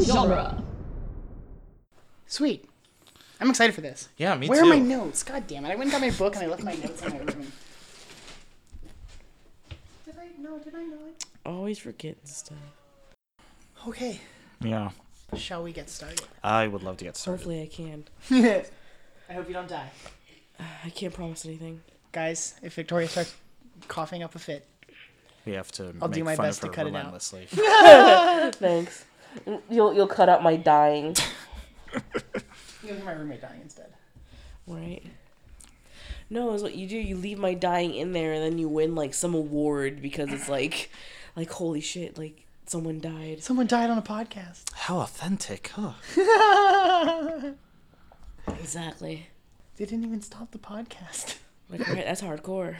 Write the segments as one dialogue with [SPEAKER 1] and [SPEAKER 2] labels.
[SPEAKER 1] genre.
[SPEAKER 2] Sweet. I'm excited for this.
[SPEAKER 3] Yeah, me
[SPEAKER 2] Where
[SPEAKER 3] too.
[SPEAKER 2] are my notes? God damn it. I went and got my book and I left my notes in my room. Did I? No, did I know it?
[SPEAKER 1] Always forgetting stuff.
[SPEAKER 2] Okay.
[SPEAKER 3] yeah,
[SPEAKER 2] Shall we get started?
[SPEAKER 3] I would love to get started.
[SPEAKER 1] Hopefully I can.
[SPEAKER 2] I hope you don't die.
[SPEAKER 1] I can't promise anything.
[SPEAKER 2] Guys, if Victoria starts coughing up a fit,
[SPEAKER 3] We have to.
[SPEAKER 2] I'll
[SPEAKER 3] make
[SPEAKER 2] do my
[SPEAKER 3] fun
[SPEAKER 2] best
[SPEAKER 3] of
[SPEAKER 2] to
[SPEAKER 3] her
[SPEAKER 2] cut it out.
[SPEAKER 3] relentlessly.
[SPEAKER 1] Thanks. You'll you'll cut out my dying.
[SPEAKER 2] you will hear my roommate dying instead.
[SPEAKER 1] Right. No, it's what you do. You leave my dying in there, and then you win like some award because it's like, like holy shit, like someone died.
[SPEAKER 2] Someone died on a podcast.
[SPEAKER 3] How authentic, huh?
[SPEAKER 1] Exactly.
[SPEAKER 2] They didn't even stop the podcast.
[SPEAKER 1] Like right, that's hardcore.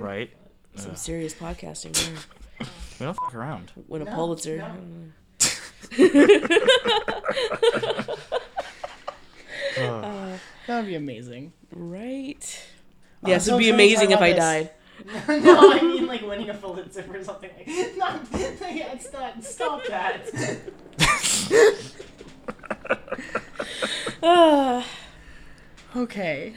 [SPEAKER 3] right?
[SPEAKER 1] Some serious podcasting. There.
[SPEAKER 3] We don't fuck around.
[SPEAKER 1] Win a Pulitzer.
[SPEAKER 2] no. That would be amazing.
[SPEAKER 1] Right. Yes,
[SPEAKER 2] so
[SPEAKER 1] it'd
[SPEAKER 2] excited
[SPEAKER 1] be
[SPEAKER 2] to
[SPEAKER 1] amazing
[SPEAKER 2] talk
[SPEAKER 1] if I
[SPEAKER 2] about
[SPEAKER 1] died.
[SPEAKER 2] no, I mean like winning a Pulitzer or something like. Not, yeah, it's not. Stop that.
[SPEAKER 1] Ah,
[SPEAKER 2] Okay.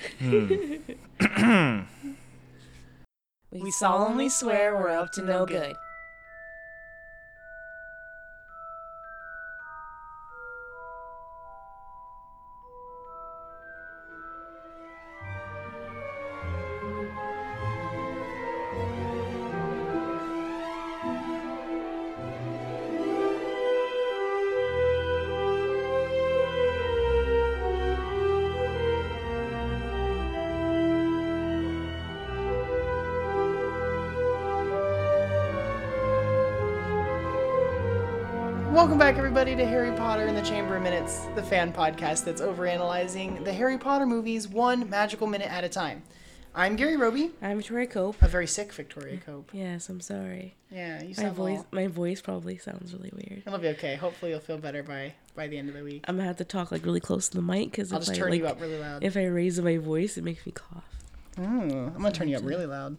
[SPEAKER 1] we solemnly swear we're up to no good.
[SPEAKER 2] Welcome back, everybody, to Harry Potter and the Chamber of Minutes, the fan podcast that's overanalyzing the Harry Potter movies one magical minute at a time. I'm Gary Roby,
[SPEAKER 1] I'm Victoria Cope.
[SPEAKER 2] a very sick Victoria Cope.
[SPEAKER 1] Yes, I'm sorry.
[SPEAKER 2] Yeah, you
[SPEAKER 1] My
[SPEAKER 2] sound
[SPEAKER 1] voice,
[SPEAKER 2] voice.
[SPEAKER 1] my voice probably sounds really weird.
[SPEAKER 2] It'll be okay. Hopefully, you'll feel better by by the end of the week.
[SPEAKER 1] I'm gonna have to talk like really close to the mic because
[SPEAKER 2] I'll
[SPEAKER 1] if
[SPEAKER 2] just
[SPEAKER 1] I
[SPEAKER 2] turn
[SPEAKER 1] like,
[SPEAKER 2] you up really loud.
[SPEAKER 1] if I raise my voice, it makes me cough.
[SPEAKER 2] Mm, I'm gonna turn you up really loud.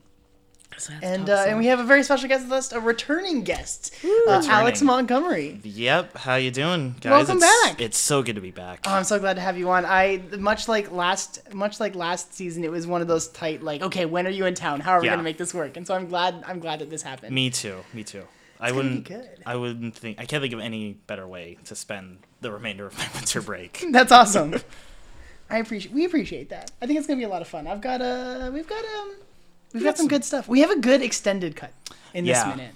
[SPEAKER 1] So I have to
[SPEAKER 2] And
[SPEAKER 1] talk
[SPEAKER 2] uh, and we have a very special guest with us, a returning guest, uh, Alex
[SPEAKER 3] Returning.
[SPEAKER 2] Montgomery.
[SPEAKER 3] Yep. How you doing, guys?
[SPEAKER 2] Welcome
[SPEAKER 3] it's,
[SPEAKER 2] back.
[SPEAKER 3] It's so good to be back.
[SPEAKER 2] Oh, I'm so glad to have you on. I much like last much like last season, it was one of those tight like, okay, when are you in town? How are we
[SPEAKER 3] Yeah.
[SPEAKER 2] gonna make this work? And so I'm glad I'm glad that this happened.
[SPEAKER 3] me too. Me too. I
[SPEAKER 2] gonna be
[SPEAKER 3] wouldn't.
[SPEAKER 2] good.
[SPEAKER 3] I wouldn't think. I can't think of any better way to spend the remainder of my winter break.
[SPEAKER 2] That's awesome. I appreciate we appreciate that. I think it's gonna be a lot of fun. I've got a we've got um we've got some good stuff. We have a good extended cut in this
[SPEAKER 3] Yeah.
[SPEAKER 2] minute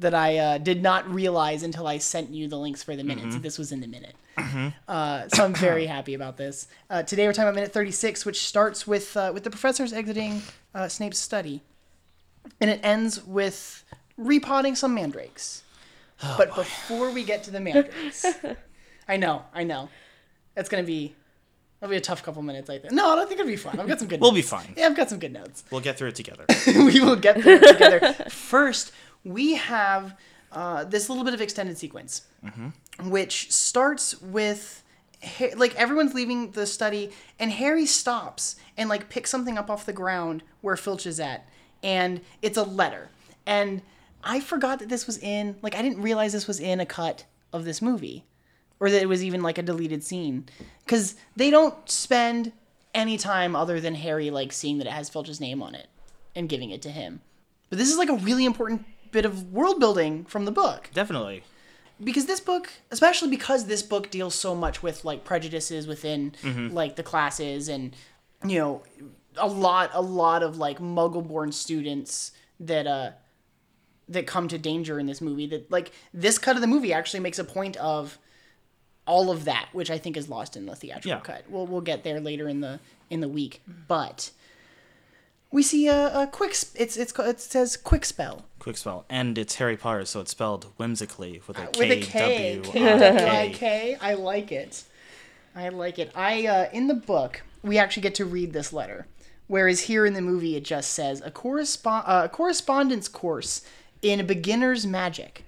[SPEAKER 2] that I uh, did not realize until I sent you the links for the minutes. that This was in the minute. Uh, so I'm very happy about this. Uh, today we're talking about minute 36, which starts with uh, with the professors exiting uh, Snape's study, and it ends with repotting some mandrakes. but before we get to the mandrakes, I know, I know, it's gonna be it'll be a tough couple minutes. I think. No, I don't think it'll be fun. I've got some good.
[SPEAKER 3] We'll be
[SPEAKER 2] notes.
[SPEAKER 3] fine.
[SPEAKER 2] Yeah, I've got some good notes
[SPEAKER 3] We'll get through it together.
[SPEAKER 2] we will get through it together. First, we have uh, this little bit of extended sequence, which starts with Ha- like everyone's leaving the study, and Harry stops and like picks something up off the ground where Filch is at, and it's a letter. And I forgot that this was in like I didn't realize this was in a cut of this movie, or that it was even like a deleted scene, because they don't spend any time other than Harry like seeing that it has Filch's name on it and giving it to him. But this is like a really important bit of world building from the book
[SPEAKER 3] Definitely.
[SPEAKER 2] because this book, especially because this book deals so much with like prejudices within like the classes and you know a lot a lot of like muggle-born students that uh that come to danger in this movie that like this cut of the movie actually makes a point of all of that which I think is lost in the theatrical
[SPEAKER 3] Yeah.
[SPEAKER 2] cut. We'll we'll get there later in the in the week, but we see a, a quick sp- it's it's ca- it says quick spell
[SPEAKER 3] Quick spell. And it's Harry Potter, so it's spelled whimsically with a
[SPEAKER 2] with a K.
[SPEAKER 3] K-W-I-K.
[SPEAKER 2] K-W-I-K. I like it. I like it. I uh, in the book we actually get to read this letter, whereas here in the movie it just says a correspond uh, a correspondence course in beginner's magic,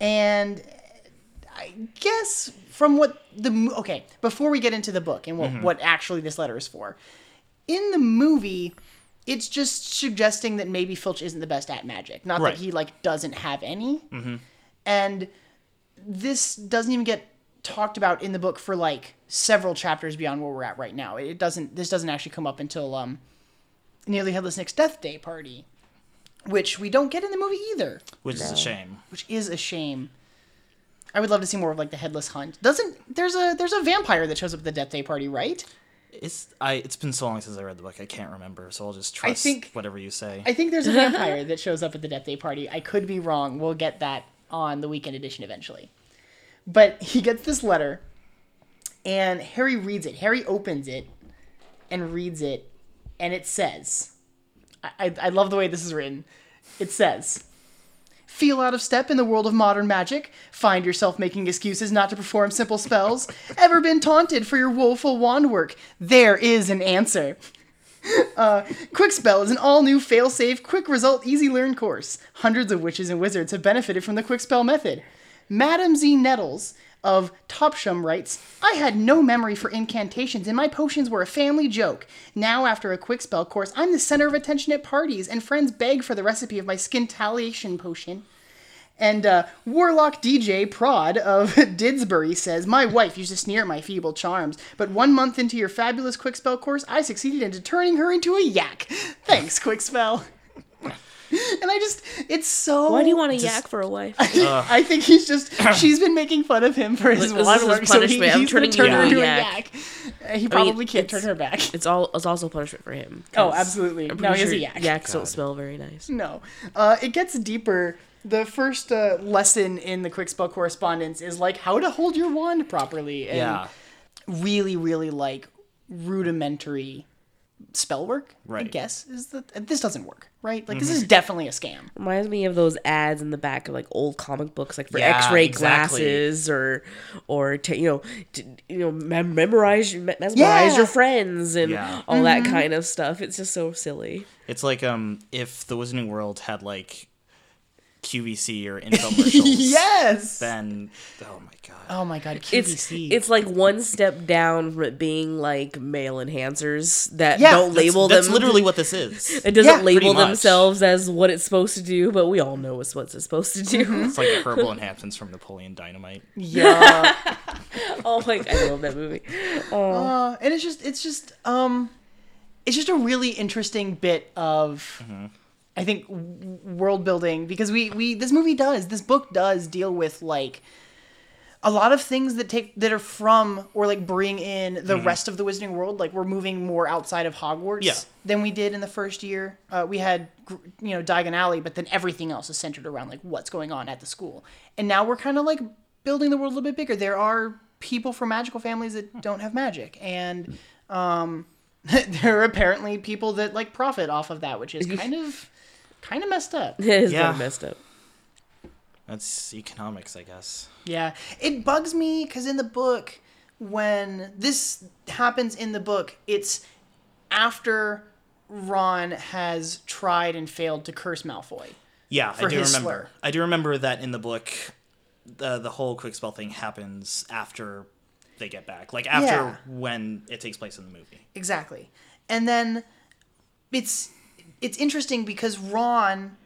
[SPEAKER 2] and I guess from what the mo- okay before we get into the book and what what actually this letter is for, in the movie. It's just suggesting that maybe Filch isn't the best at magic. Not
[SPEAKER 3] Right.
[SPEAKER 2] that he like doesn't have any, and this doesn't even get talked about in the book for like several chapters beyond where we're at right now. It doesn't. This doesn't actually come up until um, nearly headless Nick's death day party, which we don't get in the movie either,
[SPEAKER 3] which is a shame.
[SPEAKER 2] which is a shame. I would love to see more of like the headless hunt. Doesn't there's a there's a vampire that shows up at the death day party, right?
[SPEAKER 3] It's I. It's been so long since I read the book, I can't remember. So I'll just trust
[SPEAKER 2] think-
[SPEAKER 3] whatever you say.
[SPEAKER 2] I think there's a vampire that shows up at the Death Day party. I could be wrong. We'll get that on the weekend edition eventually. But he gets this letter, and Harry reads it. Harry opens it and reads it, and it says, I, I, I love the way this is written. It says, Feel out of step in the world of modern magic? Find yourself making excuses not to perform simple spells? Ever been taunted for your woeful wand work? There is an answer. Quick Spell is an all new fail safe, quick result, easy learn course. Hundreds of witches and wizards have benefited from the Quick Spell method. Madam Z. Nettles of Topsham writes I had no memory for incantations, and my potions were a family joke. Now, after a Quick Spell course, I'm the center of attention at parties, and friends beg for the recipe of my Skintaliation potion. And uh, Warlock DJ Prod of Didsbury says, My wife used to sneer at my feeble charms, but one month into your fabulous quick spell course, I succeeded into turning her into a yak. Thanks, quick spell. and I just, it's so.
[SPEAKER 4] Why do you want a yak for a wife?
[SPEAKER 3] Uh,
[SPEAKER 2] I think he's just, she's been making fun of him for his
[SPEAKER 1] Like, this
[SPEAKER 2] wand
[SPEAKER 1] is his
[SPEAKER 2] work, so he,
[SPEAKER 1] punishment. I'm
[SPEAKER 2] he's going
[SPEAKER 1] turning
[SPEAKER 2] to turn
[SPEAKER 1] you
[SPEAKER 2] her into
[SPEAKER 1] into
[SPEAKER 2] a
[SPEAKER 1] a
[SPEAKER 2] yak. Uh, He probably can't turn
[SPEAKER 1] it's-
[SPEAKER 2] her back.
[SPEAKER 1] It's all. It's also punishment for him. 'cause
[SPEAKER 2] Oh, absolutely.
[SPEAKER 1] I'm
[SPEAKER 2] No,
[SPEAKER 1] pretty
[SPEAKER 2] he has a
[SPEAKER 1] sure
[SPEAKER 2] yak.
[SPEAKER 1] Yaks don't smell very nice.
[SPEAKER 2] No. Uh, it gets deeper. The first uh, lesson in the quick spell correspondence is like how to hold your wand properly and
[SPEAKER 3] yeah.
[SPEAKER 2] really, really like rudimentary spell work. I
[SPEAKER 3] Right. Mm-hmm.
[SPEAKER 2] guess is that this doesn't work, right? Like this is definitely a scam.
[SPEAKER 1] Reminds me of those ads in the back of like old comic books, like for
[SPEAKER 3] Yeah,
[SPEAKER 1] X-ray
[SPEAKER 3] exactly.
[SPEAKER 1] glasses or, or t- you know, t- you know, mem- memorize, me- mesmerize
[SPEAKER 2] Yeah. Mm-hmm.
[SPEAKER 1] your friends and
[SPEAKER 3] Yeah.
[SPEAKER 1] all that kind of stuff. It's just so silly.
[SPEAKER 3] It's like um if the Wizarding World had like QVC or infomercials.
[SPEAKER 2] Yes.
[SPEAKER 3] Then oh my god.
[SPEAKER 2] Oh my god,
[SPEAKER 1] It's
[SPEAKER 2] QVC.
[SPEAKER 1] it's like one step down from it being like male enhancers that
[SPEAKER 2] Yeah,
[SPEAKER 1] don't
[SPEAKER 3] That's-
[SPEAKER 1] label
[SPEAKER 3] that's,
[SPEAKER 1] them.
[SPEAKER 3] literally what this is.
[SPEAKER 1] it doesn't
[SPEAKER 2] Yeah, pretty
[SPEAKER 1] label
[SPEAKER 3] much.
[SPEAKER 1] themselves as what it's supposed to do, but we all know it's what it's supposed to do.
[SPEAKER 3] It's like herbal enhancements from Napoleon Dynamite.
[SPEAKER 2] yeah.
[SPEAKER 1] oh my! I love that movie. Oh,
[SPEAKER 2] Uh, and it's just it's just um it's just a really interesting bit of I think w- world building because we we this movie does this book does deal with like a lot of things that take that are from or like bring in the rest of the Wizarding world. Like we're moving more outside of Hogwarts
[SPEAKER 3] Yeah.
[SPEAKER 2] than we did in the first year. Uh, we had gr- you know Diagon Alley, but then everything else is centered around like what's going on at the school. And now we're kind of like building the world a little bit bigger. There are people from magical families that don't have magic, and um, there are apparently people that like profit off of that, which is kind of kind of messed up.
[SPEAKER 1] it's
[SPEAKER 3] Yeah.
[SPEAKER 1] yeah. messed up.
[SPEAKER 3] That's economics, I guess.
[SPEAKER 2] Yeah, it bugs me because in the book, when this happens in the book, it's after Ron has tried and failed to curse Malfoy.
[SPEAKER 3] Yeah,
[SPEAKER 2] For
[SPEAKER 3] I do
[SPEAKER 2] his
[SPEAKER 3] remember.
[SPEAKER 2] slur.
[SPEAKER 3] I do remember that in the book, the the whole quick spell thing happens after they get back, like after
[SPEAKER 2] Yeah.
[SPEAKER 3] when it takes place in the movie.
[SPEAKER 2] Exactly, and then it's it's interesting because Ron,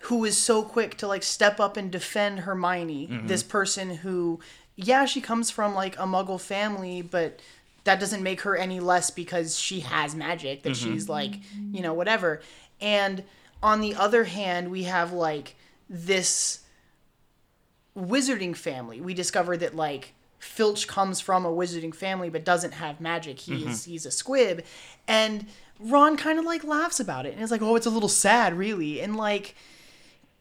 [SPEAKER 2] who was so quick to like step up and defend Hermione, this person who, yeah, she comes from like a Muggle family, but that doesn't make her any less because she has magic that she's like, you know, whatever. And on the other hand, we have like this wizarding family. We discover that like Filch comes from a wizarding family but doesn't have magic. He's he's a squib. And Ron kind of like laughs about it and is like, "Oh, it's a little sad, really." And like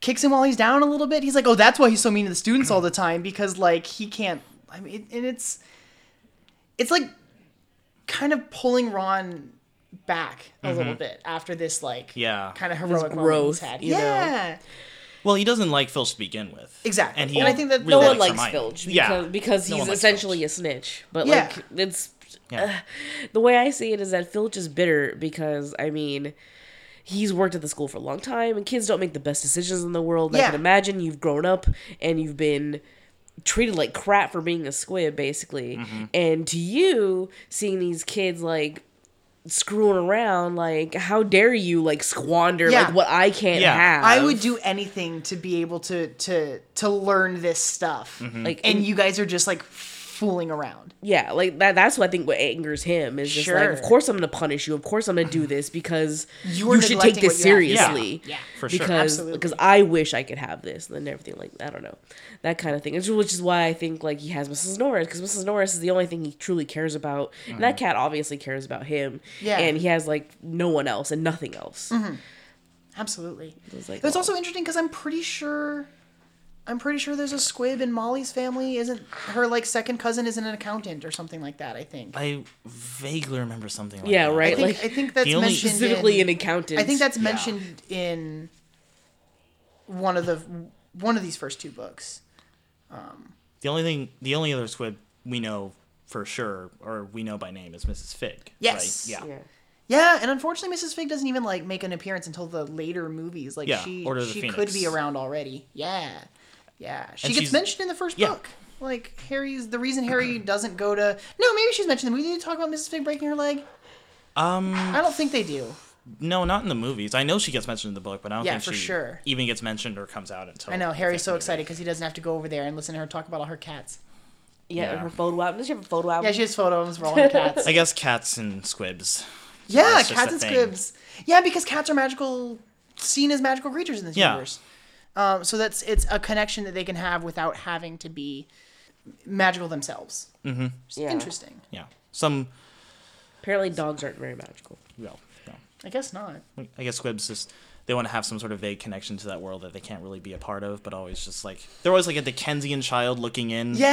[SPEAKER 2] kicks him while he's down a little bit. He's like, "Oh, that's why he's so mean to the students all the time because like he can't I mean, it, and it's it's like kind of pulling Ron back a little bit after this like
[SPEAKER 3] Yeah.
[SPEAKER 2] kind of heroic moment he's
[SPEAKER 1] growth,
[SPEAKER 2] had.
[SPEAKER 1] you know.
[SPEAKER 2] yeah.
[SPEAKER 3] Well, he doesn't like Filch to begin with.
[SPEAKER 2] Exactly.
[SPEAKER 3] and he
[SPEAKER 2] And I think that
[SPEAKER 3] really
[SPEAKER 2] no
[SPEAKER 1] no
[SPEAKER 2] Really
[SPEAKER 1] one
[SPEAKER 3] Hermione.
[SPEAKER 1] likes Filch because,
[SPEAKER 3] Yeah,
[SPEAKER 1] because
[SPEAKER 3] No
[SPEAKER 1] he's
[SPEAKER 3] one likes
[SPEAKER 1] essentially a snitch. But
[SPEAKER 2] Yeah.
[SPEAKER 1] like it's uh,
[SPEAKER 3] Yeah.
[SPEAKER 1] the way I see it is that Filch is bitter because I mean he's worked at the school for a long time and kids don't make the best decisions in the world. I
[SPEAKER 2] Yeah.
[SPEAKER 1] can imagine you've grown up and you've been treated like crap for being a squib basically. And to you seeing these kids like screwing around. Like, how dare you like squander
[SPEAKER 2] Yeah.
[SPEAKER 1] like what I can't
[SPEAKER 3] Yeah.
[SPEAKER 1] have?
[SPEAKER 2] I would do anything to be able to to to learn this stuff.
[SPEAKER 1] like, and,
[SPEAKER 2] And you guys are just like fooling around.
[SPEAKER 1] yeah, like that. That's what I think what angers him is just like, of
[SPEAKER 2] Sure.
[SPEAKER 1] course I'm gonna punish you. Of course I'm gonna do this because
[SPEAKER 2] You're
[SPEAKER 1] you should take
[SPEAKER 2] neglecting
[SPEAKER 1] this
[SPEAKER 2] what you
[SPEAKER 3] have. Yeah.
[SPEAKER 1] seriously.
[SPEAKER 2] Yeah.
[SPEAKER 3] For sure.
[SPEAKER 1] because
[SPEAKER 2] Absolutely.
[SPEAKER 1] because I wish I could have this and everything like I don't know that kind of thing. It's, which is why I think like he has Mrs. Norris because Mrs. Norris is the only thing he truly cares about, and that cat obviously cares about him.
[SPEAKER 2] Mm-hmm. Yeah. Mm-hmm.
[SPEAKER 1] and he has like no one else and nothing else.
[SPEAKER 2] Absolutely. It's,
[SPEAKER 1] was like, oh.
[SPEAKER 2] also interesting because I'm pretty sure I'm pretty sure there's a squib in Molly's family. Isn't her like second cousin isn't an accountant or something like that, I think.
[SPEAKER 3] I vaguely remember something like
[SPEAKER 1] Yeah,
[SPEAKER 3] that.
[SPEAKER 2] I
[SPEAKER 1] right.
[SPEAKER 2] think,
[SPEAKER 1] like
[SPEAKER 2] I think that's
[SPEAKER 3] the only-
[SPEAKER 2] mentioned
[SPEAKER 1] specifically
[SPEAKER 2] in,
[SPEAKER 1] an accountant.
[SPEAKER 2] I think that's mentioned in one of the one of these first two books.
[SPEAKER 3] The only thing, the only other squib we know for sure, or we know by name, is Mrs. Fig.
[SPEAKER 2] Yes.
[SPEAKER 3] Right? Yeah.
[SPEAKER 1] yeah.
[SPEAKER 2] Yeah, and unfortunately, Mrs. Fig doesn't even like make an appearance until the later movies. Like
[SPEAKER 3] Yeah,
[SPEAKER 2] she,
[SPEAKER 3] Order of the
[SPEAKER 2] she
[SPEAKER 3] Phoenix.
[SPEAKER 2] could be around already. Yeah, yeah. She
[SPEAKER 3] And
[SPEAKER 2] gets
[SPEAKER 3] she's-
[SPEAKER 2] mentioned in the first
[SPEAKER 3] yeah.
[SPEAKER 2] book. Like Harry's the reason Harry doesn't go to. No, maybe she's mentioned. in the We need to talk about Mrs. Fig breaking her leg.
[SPEAKER 3] Um,
[SPEAKER 2] I don't think they do.
[SPEAKER 3] no, not in the movies. I know she gets mentioned in the book, but I don't
[SPEAKER 2] Yeah,
[SPEAKER 3] think
[SPEAKER 2] for
[SPEAKER 3] she
[SPEAKER 2] sure.
[SPEAKER 3] even gets mentioned or comes out until.
[SPEAKER 2] I know
[SPEAKER 3] the
[SPEAKER 2] Harry's
[SPEAKER 3] fifth
[SPEAKER 2] so
[SPEAKER 3] movie.
[SPEAKER 2] excited because he doesn't have to go over there and listen to her talk about all her cats.
[SPEAKER 1] Yeah,
[SPEAKER 3] Yeah.
[SPEAKER 1] her photo album. Does she have a photo
[SPEAKER 2] Yeah,
[SPEAKER 1] album?
[SPEAKER 2] she has photos for all her cats.
[SPEAKER 3] I guess cats and squibs.
[SPEAKER 2] yeah,
[SPEAKER 3] that's just
[SPEAKER 2] cats
[SPEAKER 3] a
[SPEAKER 2] and
[SPEAKER 3] thing.
[SPEAKER 2] squibs. Yeah, because cats are magical, seen as magical creatures in this
[SPEAKER 3] Yeah.
[SPEAKER 2] universe. Um, so that's it's a connection that they can have without having to be magical themselves.
[SPEAKER 3] Mm-hmm.
[SPEAKER 1] yeah.
[SPEAKER 2] Interesting.
[SPEAKER 3] Yeah, some.
[SPEAKER 1] Apparently, dogs aren't very magical.
[SPEAKER 3] Well, no.
[SPEAKER 2] I guess not.
[SPEAKER 3] I guess squibs just they want to have some sort of vague connection to that world that they can't really be a part of, but always just like they're always like a Dickensian child looking in with their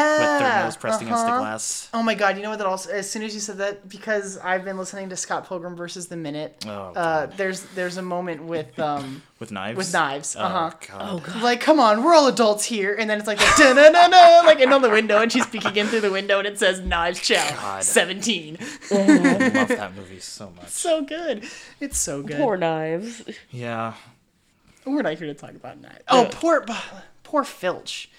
[SPEAKER 2] Yeah,
[SPEAKER 3] nose pressed against the
[SPEAKER 2] uh-huh.
[SPEAKER 3] glass.
[SPEAKER 2] Oh my god! You know what? That also as soon as you said that, because I've been listening to Scott Pilgrim versus the Minute.
[SPEAKER 3] Oh,
[SPEAKER 2] uh,
[SPEAKER 3] God.
[SPEAKER 2] there's there's a moment with um
[SPEAKER 3] With knives.
[SPEAKER 2] with knives.
[SPEAKER 3] Oh,
[SPEAKER 2] Uh huh.
[SPEAKER 3] God.
[SPEAKER 2] Like, come on, we're all adults here. And then it's like, da na na na, like, and on the window, and she's peeking in through the window, and it says, Knives Chow,
[SPEAKER 3] God.
[SPEAKER 2] 17.
[SPEAKER 3] I love that movie so much.
[SPEAKER 2] So good. It's so good.
[SPEAKER 1] Poor knives.
[SPEAKER 3] Yeah.
[SPEAKER 2] We're not here to talk about knives. Oh,
[SPEAKER 3] Yeah.
[SPEAKER 2] poor, poor Filch.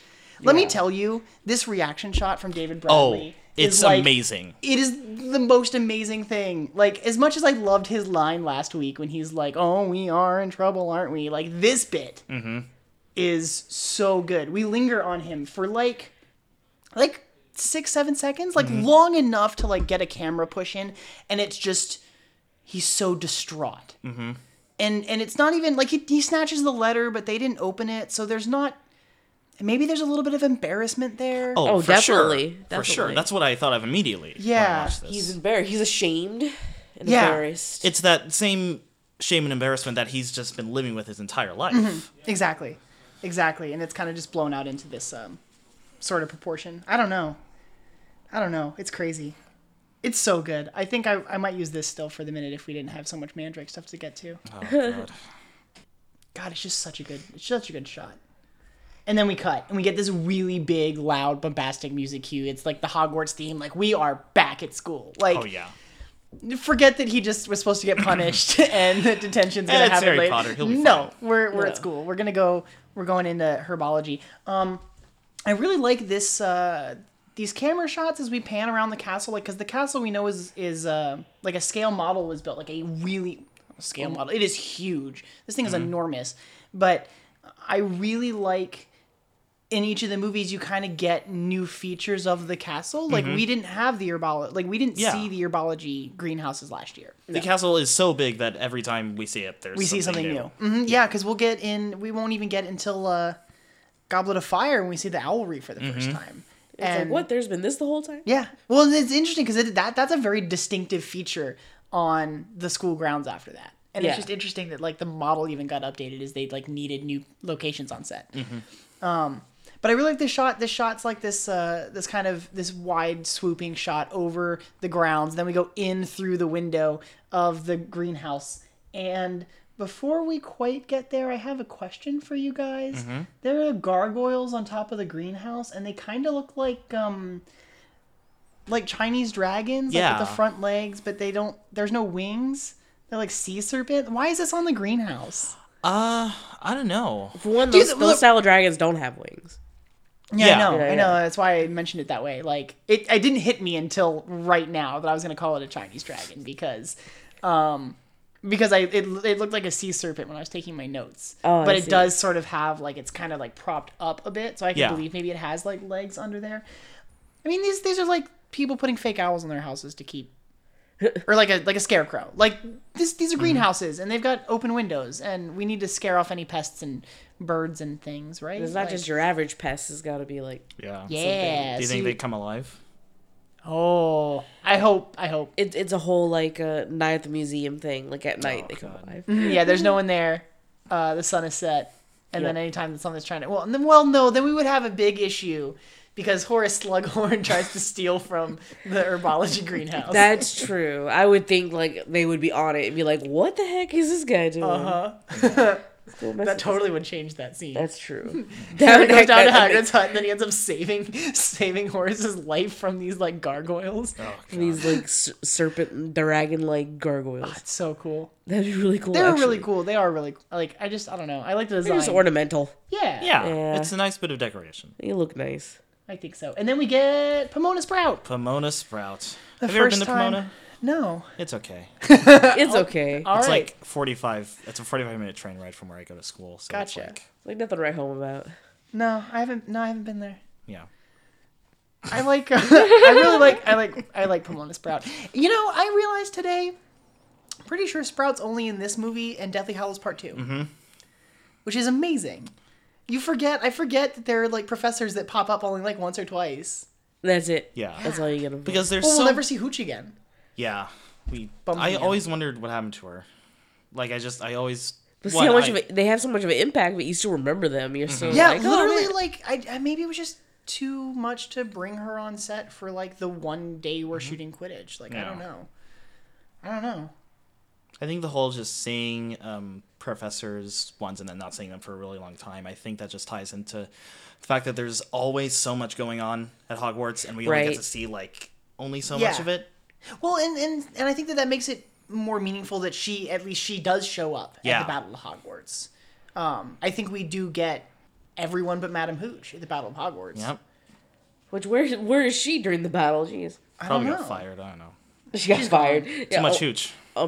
[SPEAKER 2] Let me tell you, this reaction shot from David
[SPEAKER 3] Oh,
[SPEAKER 2] Bradley. is,
[SPEAKER 3] it's
[SPEAKER 2] like,
[SPEAKER 3] amazing.
[SPEAKER 2] It is the most amazing thing. Like, as much as I loved his line last week when he's like, "Oh, we are in trouble, aren't we?" Like this bit is so good. We linger on him for like, like six, seven seconds, like long enough to like get a camera push in, and it's just he's so distraught. Mm-hmm. And and it's not even like he, he snatches the letter, but they didn't open it, so there's not. Maybe there's a little bit of embarrassment there.
[SPEAKER 3] Oh,
[SPEAKER 1] Oh,
[SPEAKER 3] for
[SPEAKER 1] definitely,
[SPEAKER 3] Sure. For sure.
[SPEAKER 1] definitely.
[SPEAKER 3] That's what I thought of immediately. When I
[SPEAKER 2] Yeah,
[SPEAKER 3] watched this.
[SPEAKER 1] He's embarrassed. He's ashamed and
[SPEAKER 2] Yeah.
[SPEAKER 1] embarrassed.
[SPEAKER 3] It's that same shame and embarrassment that he's just been living with his entire life.
[SPEAKER 2] Mm-hmm. Exactly, exactly, and it's kind of just blown out into this um, sort of proportion. I don't know. I don't know. It's crazy. It's so good. I think I, I might use this still for the minute if we didn't have so much Mandrake stuff to get to.
[SPEAKER 3] Oh, God.
[SPEAKER 2] God, it's just such a good, it's such a good shot. And then we cut, and we get this really big, loud, bombastic music cue. It's like the Hogwarts theme. Like we are back at school. Like
[SPEAKER 3] Oh, yeah.
[SPEAKER 2] forget that he just was supposed to get punished and that detention's gonna
[SPEAKER 3] Eh, it's
[SPEAKER 2] happen
[SPEAKER 3] Harry
[SPEAKER 2] later.
[SPEAKER 3] Potter, he'll be
[SPEAKER 2] no,
[SPEAKER 3] fine.
[SPEAKER 2] we're we're
[SPEAKER 1] Yeah.
[SPEAKER 2] at school. We're gonna go. We're going into herbology. Um, I really like this. Uh, these camera shots as we pan around the castle, like because the castle we know is is uh, like a scale model was built, like a really scale model. It is huge. This thing is enormous, but I really like in each of the movies you kind of get new features of the castle. Like we didn't have the herbology, like we didn't
[SPEAKER 3] Yeah.
[SPEAKER 2] see the herbology greenhouses last year.
[SPEAKER 3] The castle is so big that every time we see it, there's
[SPEAKER 2] We
[SPEAKER 3] something
[SPEAKER 2] see something
[SPEAKER 3] new.
[SPEAKER 2] new. hmm yeah, because we'll get in. We won't even get until uh, Goblet of Fire when we see the owlry for the first time.
[SPEAKER 1] It's
[SPEAKER 2] and
[SPEAKER 1] like what? There's been this the whole time.
[SPEAKER 2] Yeah. Well, it's interesting because that that's a very distinctive feature on the school grounds after that. And
[SPEAKER 1] Yeah.
[SPEAKER 2] it's just interesting that like the model even got updated as they like needed new locations on set. Um, but I really like this shot. This shot's like this uh, this kind of this wide swooping shot over the grounds. Then we go in through the window of the greenhouse. And before we quite get there, I have a question for you guys. There are gargoyles on top of the greenhouse, and they kind of look like um, like Chinese dragons, like with
[SPEAKER 3] Yeah.
[SPEAKER 2] the front legs, but they don't. There's no wings. They're like sea serpent. Why is this on the greenhouse?
[SPEAKER 3] Uh, I don't know.
[SPEAKER 1] For one, those,
[SPEAKER 2] Dude,
[SPEAKER 1] those
[SPEAKER 2] look-
[SPEAKER 1] style dragons don't have wings.
[SPEAKER 2] Yeah,
[SPEAKER 3] Yeah.
[SPEAKER 2] I know.
[SPEAKER 1] Yeah,
[SPEAKER 2] I
[SPEAKER 1] yeah.
[SPEAKER 2] know. That's why I mentioned it that way. Like it, it didn't hit me until right now that I was gonna call it a Chinese dragon because, um, because I it, it looked like a sea serpent when I was taking my notes.
[SPEAKER 1] Oh, I
[SPEAKER 2] but it
[SPEAKER 1] see.
[SPEAKER 2] does sort of have like it's kind of like propped up a bit, so I can
[SPEAKER 3] Yeah.
[SPEAKER 2] believe maybe it has like legs under there. I mean these these are like people putting fake owls in their houses to keep, or like a like a scarecrow. Like this these are greenhouses and they've got open windows and we need to scare off any pests and birds and things, right?
[SPEAKER 1] It's not
[SPEAKER 2] Like-
[SPEAKER 1] just your average pest. It's got to be like
[SPEAKER 3] Yeah.
[SPEAKER 2] yeah.
[SPEAKER 3] Do you
[SPEAKER 2] so
[SPEAKER 3] think
[SPEAKER 2] you-
[SPEAKER 3] they come alive?
[SPEAKER 2] Oh, I hope. I hope.
[SPEAKER 1] it, it's a whole like uh, night at the museum thing. Like at night they come
[SPEAKER 3] God.
[SPEAKER 1] alive.
[SPEAKER 2] Yeah, there's no one there. Uh, the sun is set, and then anytime the sun is trying to well, and then, well, no, then we would have a big issue because Horace Slughorn tries to steal from the herbology greenhouse.
[SPEAKER 1] That's true. I would think like they would be on it and be like, "What the heck is this guy doing?"
[SPEAKER 2] uh-huh.
[SPEAKER 1] Still messing
[SPEAKER 2] that
[SPEAKER 1] with-
[SPEAKER 2] totally would change that scene.
[SPEAKER 1] That's true.
[SPEAKER 2] Harry goes down to
[SPEAKER 1] that-
[SPEAKER 2] Hagrid's hut, and then he ends up saving saving Horace's life from these like gargoyles.
[SPEAKER 3] Oh, God.
[SPEAKER 1] These like s- serpent dragon like gargoyles.
[SPEAKER 2] It's so cool.
[SPEAKER 1] That'd be really cool.
[SPEAKER 2] They're really
[SPEAKER 1] actually.
[SPEAKER 2] cool. They are really like I just I don't know. I like the
[SPEAKER 1] They're
[SPEAKER 2] design.
[SPEAKER 1] just ornamental.
[SPEAKER 2] yeah,
[SPEAKER 3] Yeah,
[SPEAKER 1] Yeah.
[SPEAKER 3] It's a nice bit of decoration.
[SPEAKER 1] They look nice.
[SPEAKER 2] I think so. And then we get Pomona Sprout.
[SPEAKER 3] Pomona Sprout.
[SPEAKER 2] The
[SPEAKER 3] Have you ever been
[SPEAKER 2] first
[SPEAKER 3] to
[SPEAKER 2] time-
[SPEAKER 3] Pomona?
[SPEAKER 2] No.
[SPEAKER 3] It's okay.
[SPEAKER 1] It's okay.
[SPEAKER 2] All right.
[SPEAKER 3] it's like 45 it's a 45 minute train ride from where i go to school so
[SPEAKER 2] Gotcha.
[SPEAKER 3] it's like
[SPEAKER 1] Like nothing to write home about.
[SPEAKER 2] No, I haven't. No, I haven't been there.
[SPEAKER 3] yeah
[SPEAKER 2] I like. I really like. I like. I like Pomona Sprout. You know, I realized today. Pretty sure Sprout's only in this movie and Deathly Hallows Part 2 which is amazing. You forget. I forget that there are like professors that pop up only like once or twice.
[SPEAKER 1] That's it.
[SPEAKER 3] Yeah.
[SPEAKER 1] That's all you get. them for.
[SPEAKER 3] because there's
[SPEAKER 2] Well,
[SPEAKER 3] so
[SPEAKER 2] we'll never see Hooch again.
[SPEAKER 3] yeah we
[SPEAKER 2] Bummed me
[SPEAKER 3] i
[SPEAKER 2] out.
[SPEAKER 3] always wondered what happened to her like i just i always
[SPEAKER 1] But see
[SPEAKER 3] one,
[SPEAKER 1] how much
[SPEAKER 3] I- Mm-hmm.
[SPEAKER 1] of it, they have so much of an impact, but you still remember them. You're still
[SPEAKER 2] Yeah,
[SPEAKER 1] like, oh,
[SPEAKER 2] literally.
[SPEAKER 1] man.
[SPEAKER 2] like, I, I maybe it was just too much to bring her on set for like the one day we're shooting Quidditch. Like, I
[SPEAKER 3] Yeah.
[SPEAKER 2] don't know. I don't know.
[SPEAKER 3] i think the whole just seeing um professors once and then not seeing them for a really long time i think that just ties into the fact that there's always so much going on at hogwarts and we only
[SPEAKER 1] Right.
[SPEAKER 3] get to see like only so
[SPEAKER 2] Yeah.
[SPEAKER 3] much of it
[SPEAKER 2] Well, and, and and I think that that makes it more meaningful that she at least she does show up at
[SPEAKER 3] Yeah.
[SPEAKER 2] the Battle of Hogwarts. Um, I think we do get everyone but Madame Hooch at the Battle of Hogwarts.
[SPEAKER 3] yep
[SPEAKER 1] Which where where is she during the battle? Jeez,
[SPEAKER 2] I
[SPEAKER 3] probably
[SPEAKER 2] don't
[SPEAKER 3] got
[SPEAKER 2] know. oh,
[SPEAKER 3] fired i don't know
[SPEAKER 1] she got fired.
[SPEAKER 3] too much hooch
[SPEAKER 1] I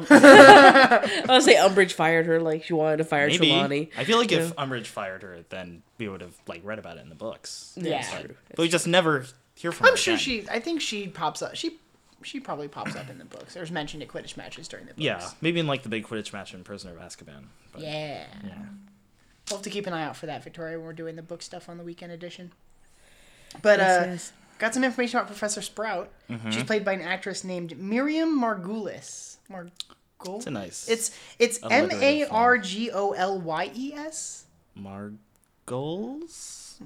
[SPEAKER 1] would say Umbridge fired her. Like she wanted to fire
[SPEAKER 3] Maybe.
[SPEAKER 1] Trelawney.
[SPEAKER 3] I feel like if Umbridge fired her, then we would have like read about it in the books.
[SPEAKER 2] Yeah.
[SPEAKER 3] It's like- but we just never hear from.
[SPEAKER 2] I'm
[SPEAKER 3] her
[SPEAKER 2] sure
[SPEAKER 3] again.
[SPEAKER 2] she. I think she pops up. She she probably pops up in the books. There's mentioned at Quidditch matches during the books.
[SPEAKER 3] Yeah, maybe in like the big Quidditch match in Prisoner of Azkaban. But
[SPEAKER 2] Yeah.
[SPEAKER 3] Yeah.
[SPEAKER 2] We'll have to keep an eye out for that, Victoria, when we're doing the book stuff on the weekend edition. But uh,
[SPEAKER 1] yes.
[SPEAKER 2] got some information about Professor Sprout. She's
[SPEAKER 3] Mm-hmm.
[SPEAKER 2] played by an actress named Miriam Margulis. Margulis.
[SPEAKER 3] It's a nice-
[SPEAKER 2] It's it's M
[SPEAKER 3] alliterative
[SPEAKER 2] A
[SPEAKER 3] name.
[SPEAKER 2] R G O L Y E S.
[SPEAKER 3] Margolis.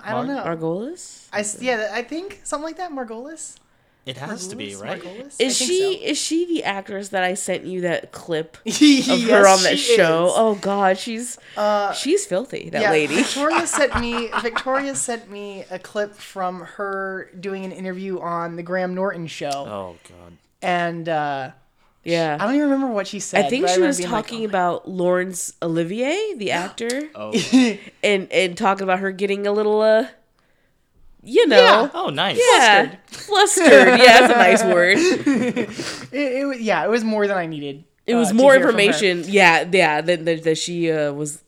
[SPEAKER 2] I don't know.
[SPEAKER 3] Mar-
[SPEAKER 1] Margolis.
[SPEAKER 2] I s- yeah, I think something like that. Margolis.
[SPEAKER 3] It has to be
[SPEAKER 2] Margulis?
[SPEAKER 3] right.
[SPEAKER 2] Margulis? I
[SPEAKER 1] Is
[SPEAKER 2] think
[SPEAKER 1] she
[SPEAKER 2] so.
[SPEAKER 1] is she the actress that I sent you that clip of
[SPEAKER 2] Yes,
[SPEAKER 1] her on that
[SPEAKER 2] she
[SPEAKER 1] show?
[SPEAKER 2] is.
[SPEAKER 1] Oh God, she's
[SPEAKER 2] Uh,
[SPEAKER 1] she's filthy. That lady.
[SPEAKER 2] Victoria sent me Victoria sent me a clip from her doing an interview on the Graham Norton show,
[SPEAKER 3] Oh god.
[SPEAKER 2] and uh, I
[SPEAKER 1] Yeah.
[SPEAKER 2] don't even remember what she said.
[SPEAKER 1] I think
[SPEAKER 2] but
[SPEAKER 1] she
[SPEAKER 2] remember
[SPEAKER 1] was
[SPEAKER 2] being like, "Oh
[SPEAKER 1] talking about Laurence Olivier, the actor,
[SPEAKER 3] Oh.
[SPEAKER 1] and and talking about her getting a little uh, you know,
[SPEAKER 2] Yeah.
[SPEAKER 3] oh, nice.
[SPEAKER 1] Yeah. Flustered. Yeah, that's a nice word.
[SPEAKER 2] "Oh." it, it was, yeah, it was more than I needed.
[SPEAKER 1] It
[SPEAKER 2] uh,
[SPEAKER 1] was
[SPEAKER 2] to
[SPEAKER 1] more
[SPEAKER 2] hear from her.
[SPEAKER 1] information. Yeah, yeah, that, that, that she uh, was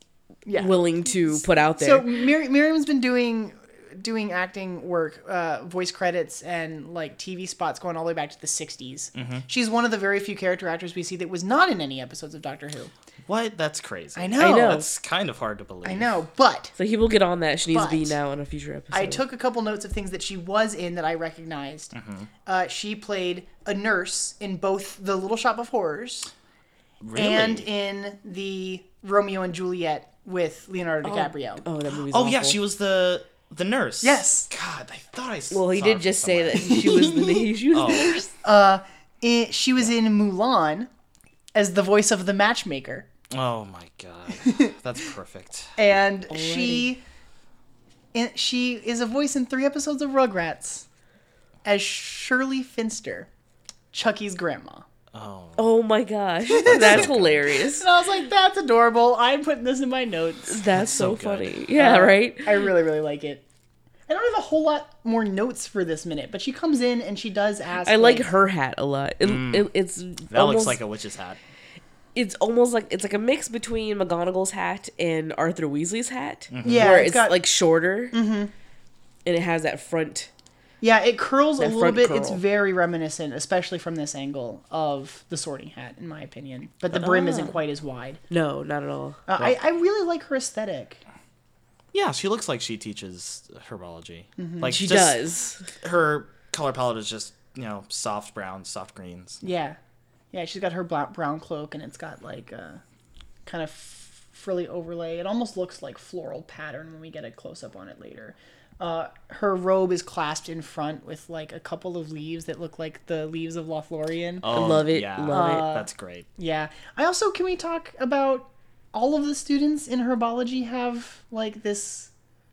[SPEAKER 2] Yeah.
[SPEAKER 1] willing to put out there.
[SPEAKER 2] So Mir- Miriam's been doing doing acting work, uh, voice credits, and like TV spots going all the way back to the '60s. She's one of the very few character actors we see that was not in any episodes of Doctor Who.
[SPEAKER 3] What? That's crazy.
[SPEAKER 2] I know.
[SPEAKER 1] I know.
[SPEAKER 3] That's kind of hard to believe.
[SPEAKER 2] I know, but
[SPEAKER 1] so he will get on that. She needs to be
[SPEAKER 2] But-
[SPEAKER 1] now on a future episode.
[SPEAKER 2] I took a couple notes of things that she was in that I recognized. Uh, she played a nurse in both The Little Shop of Horrors
[SPEAKER 3] Really?
[SPEAKER 2] and in the Romeo and Juliet with Leonardo DiCaprio.
[SPEAKER 1] Oh, that movie's.
[SPEAKER 3] oh yeah,
[SPEAKER 1] awful.
[SPEAKER 3] she was the the nurse.
[SPEAKER 2] Yes.
[SPEAKER 3] God, I thought I.
[SPEAKER 1] Well, he did just say that she was the. She was the nurse.
[SPEAKER 2] I- Eh, she was in Mulan as the voice of the matchmaker,
[SPEAKER 3] Oh my god, that's perfect.
[SPEAKER 2] and she in, she is a voice in three episodes of Rugrats as Shirley Finster, Chucky's grandma.
[SPEAKER 3] Oh.
[SPEAKER 1] Oh my gosh, that's hilarious.
[SPEAKER 2] And I was like, that's adorable. I'm putting this in my notes.
[SPEAKER 1] That's,
[SPEAKER 3] so
[SPEAKER 1] so,
[SPEAKER 3] good.
[SPEAKER 2] Uh,
[SPEAKER 1] funny. Yeah, right.
[SPEAKER 2] I really, really like it. I don't have a whole lot more notes for this minute, but she comes in and she does ask.
[SPEAKER 1] I like her hat a lot. It, it- it's
[SPEAKER 3] mm. That looks
[SPEAKER 1] almost
[SPEAKER 3] like a witch's hat.
[SPEAKER 1] it's almost like it's like a mix between McGonagall's hat and Arthur Weasley's hat.
[SPEAKER 3] Mm-hmm.
[SPEAKER 2] Yeah,
[SPEAKER 1] where
[SPEAKER 2] it's
[SPEAKER 1] it's,
[SPEAKER 2] got- Mm-hmm.
[SPEAKER 1] like shorter, and it has that front.
[SPEAKER 2] Yeah, it curls a
[SPEAKER 1] That
[SPEAKER 2] little
[SPEAKER 1] front
[SPEAKER 2] bit. It's
[SPEAKER 1] curl.
[SPEAKER 2] very reminiscent, especially from this angle, of the Sorting Hat, in my opinion. But the brim
[SPEAKER 1] Ah.
[SPEAKER 2] isn't quite as wide.
[SPEAKER 1] No, not at all.
[SPEAKER 2] Uh, I, I really like her aesthetic.
[SPEAKER 3] Yeah, she looks like she teaches herbology.
[SPEAKER 2] Mm-hmm.
[SPEAKER 3] Like
[SPEAKER 1] She
[SPEAKER 3] just-
[SPEAKER 1] does.
[SPEAKER 3] Her color palette is just you know soft browns, soft greens.
[SPEAKER 2] Yeah, yeah. She's got her black brown cloak, and it's got like a kind of f- frilly overlay. It almost looks like floral pattern when we get a close up on it later. Uh, her robe is clasped in front with like a couple of leaves that look like the leaves of Lothlorien.
[SPEAKER 3] Oh,
[SPEAKER 1] love it,
[SPEAKER 3] Yeah,
[SPEAKER 1] love it. Uh,
[SPEAKER 3] That's great.
[SPEAKER 2] Yeah. I also can we talk about all of the students in herbology have like this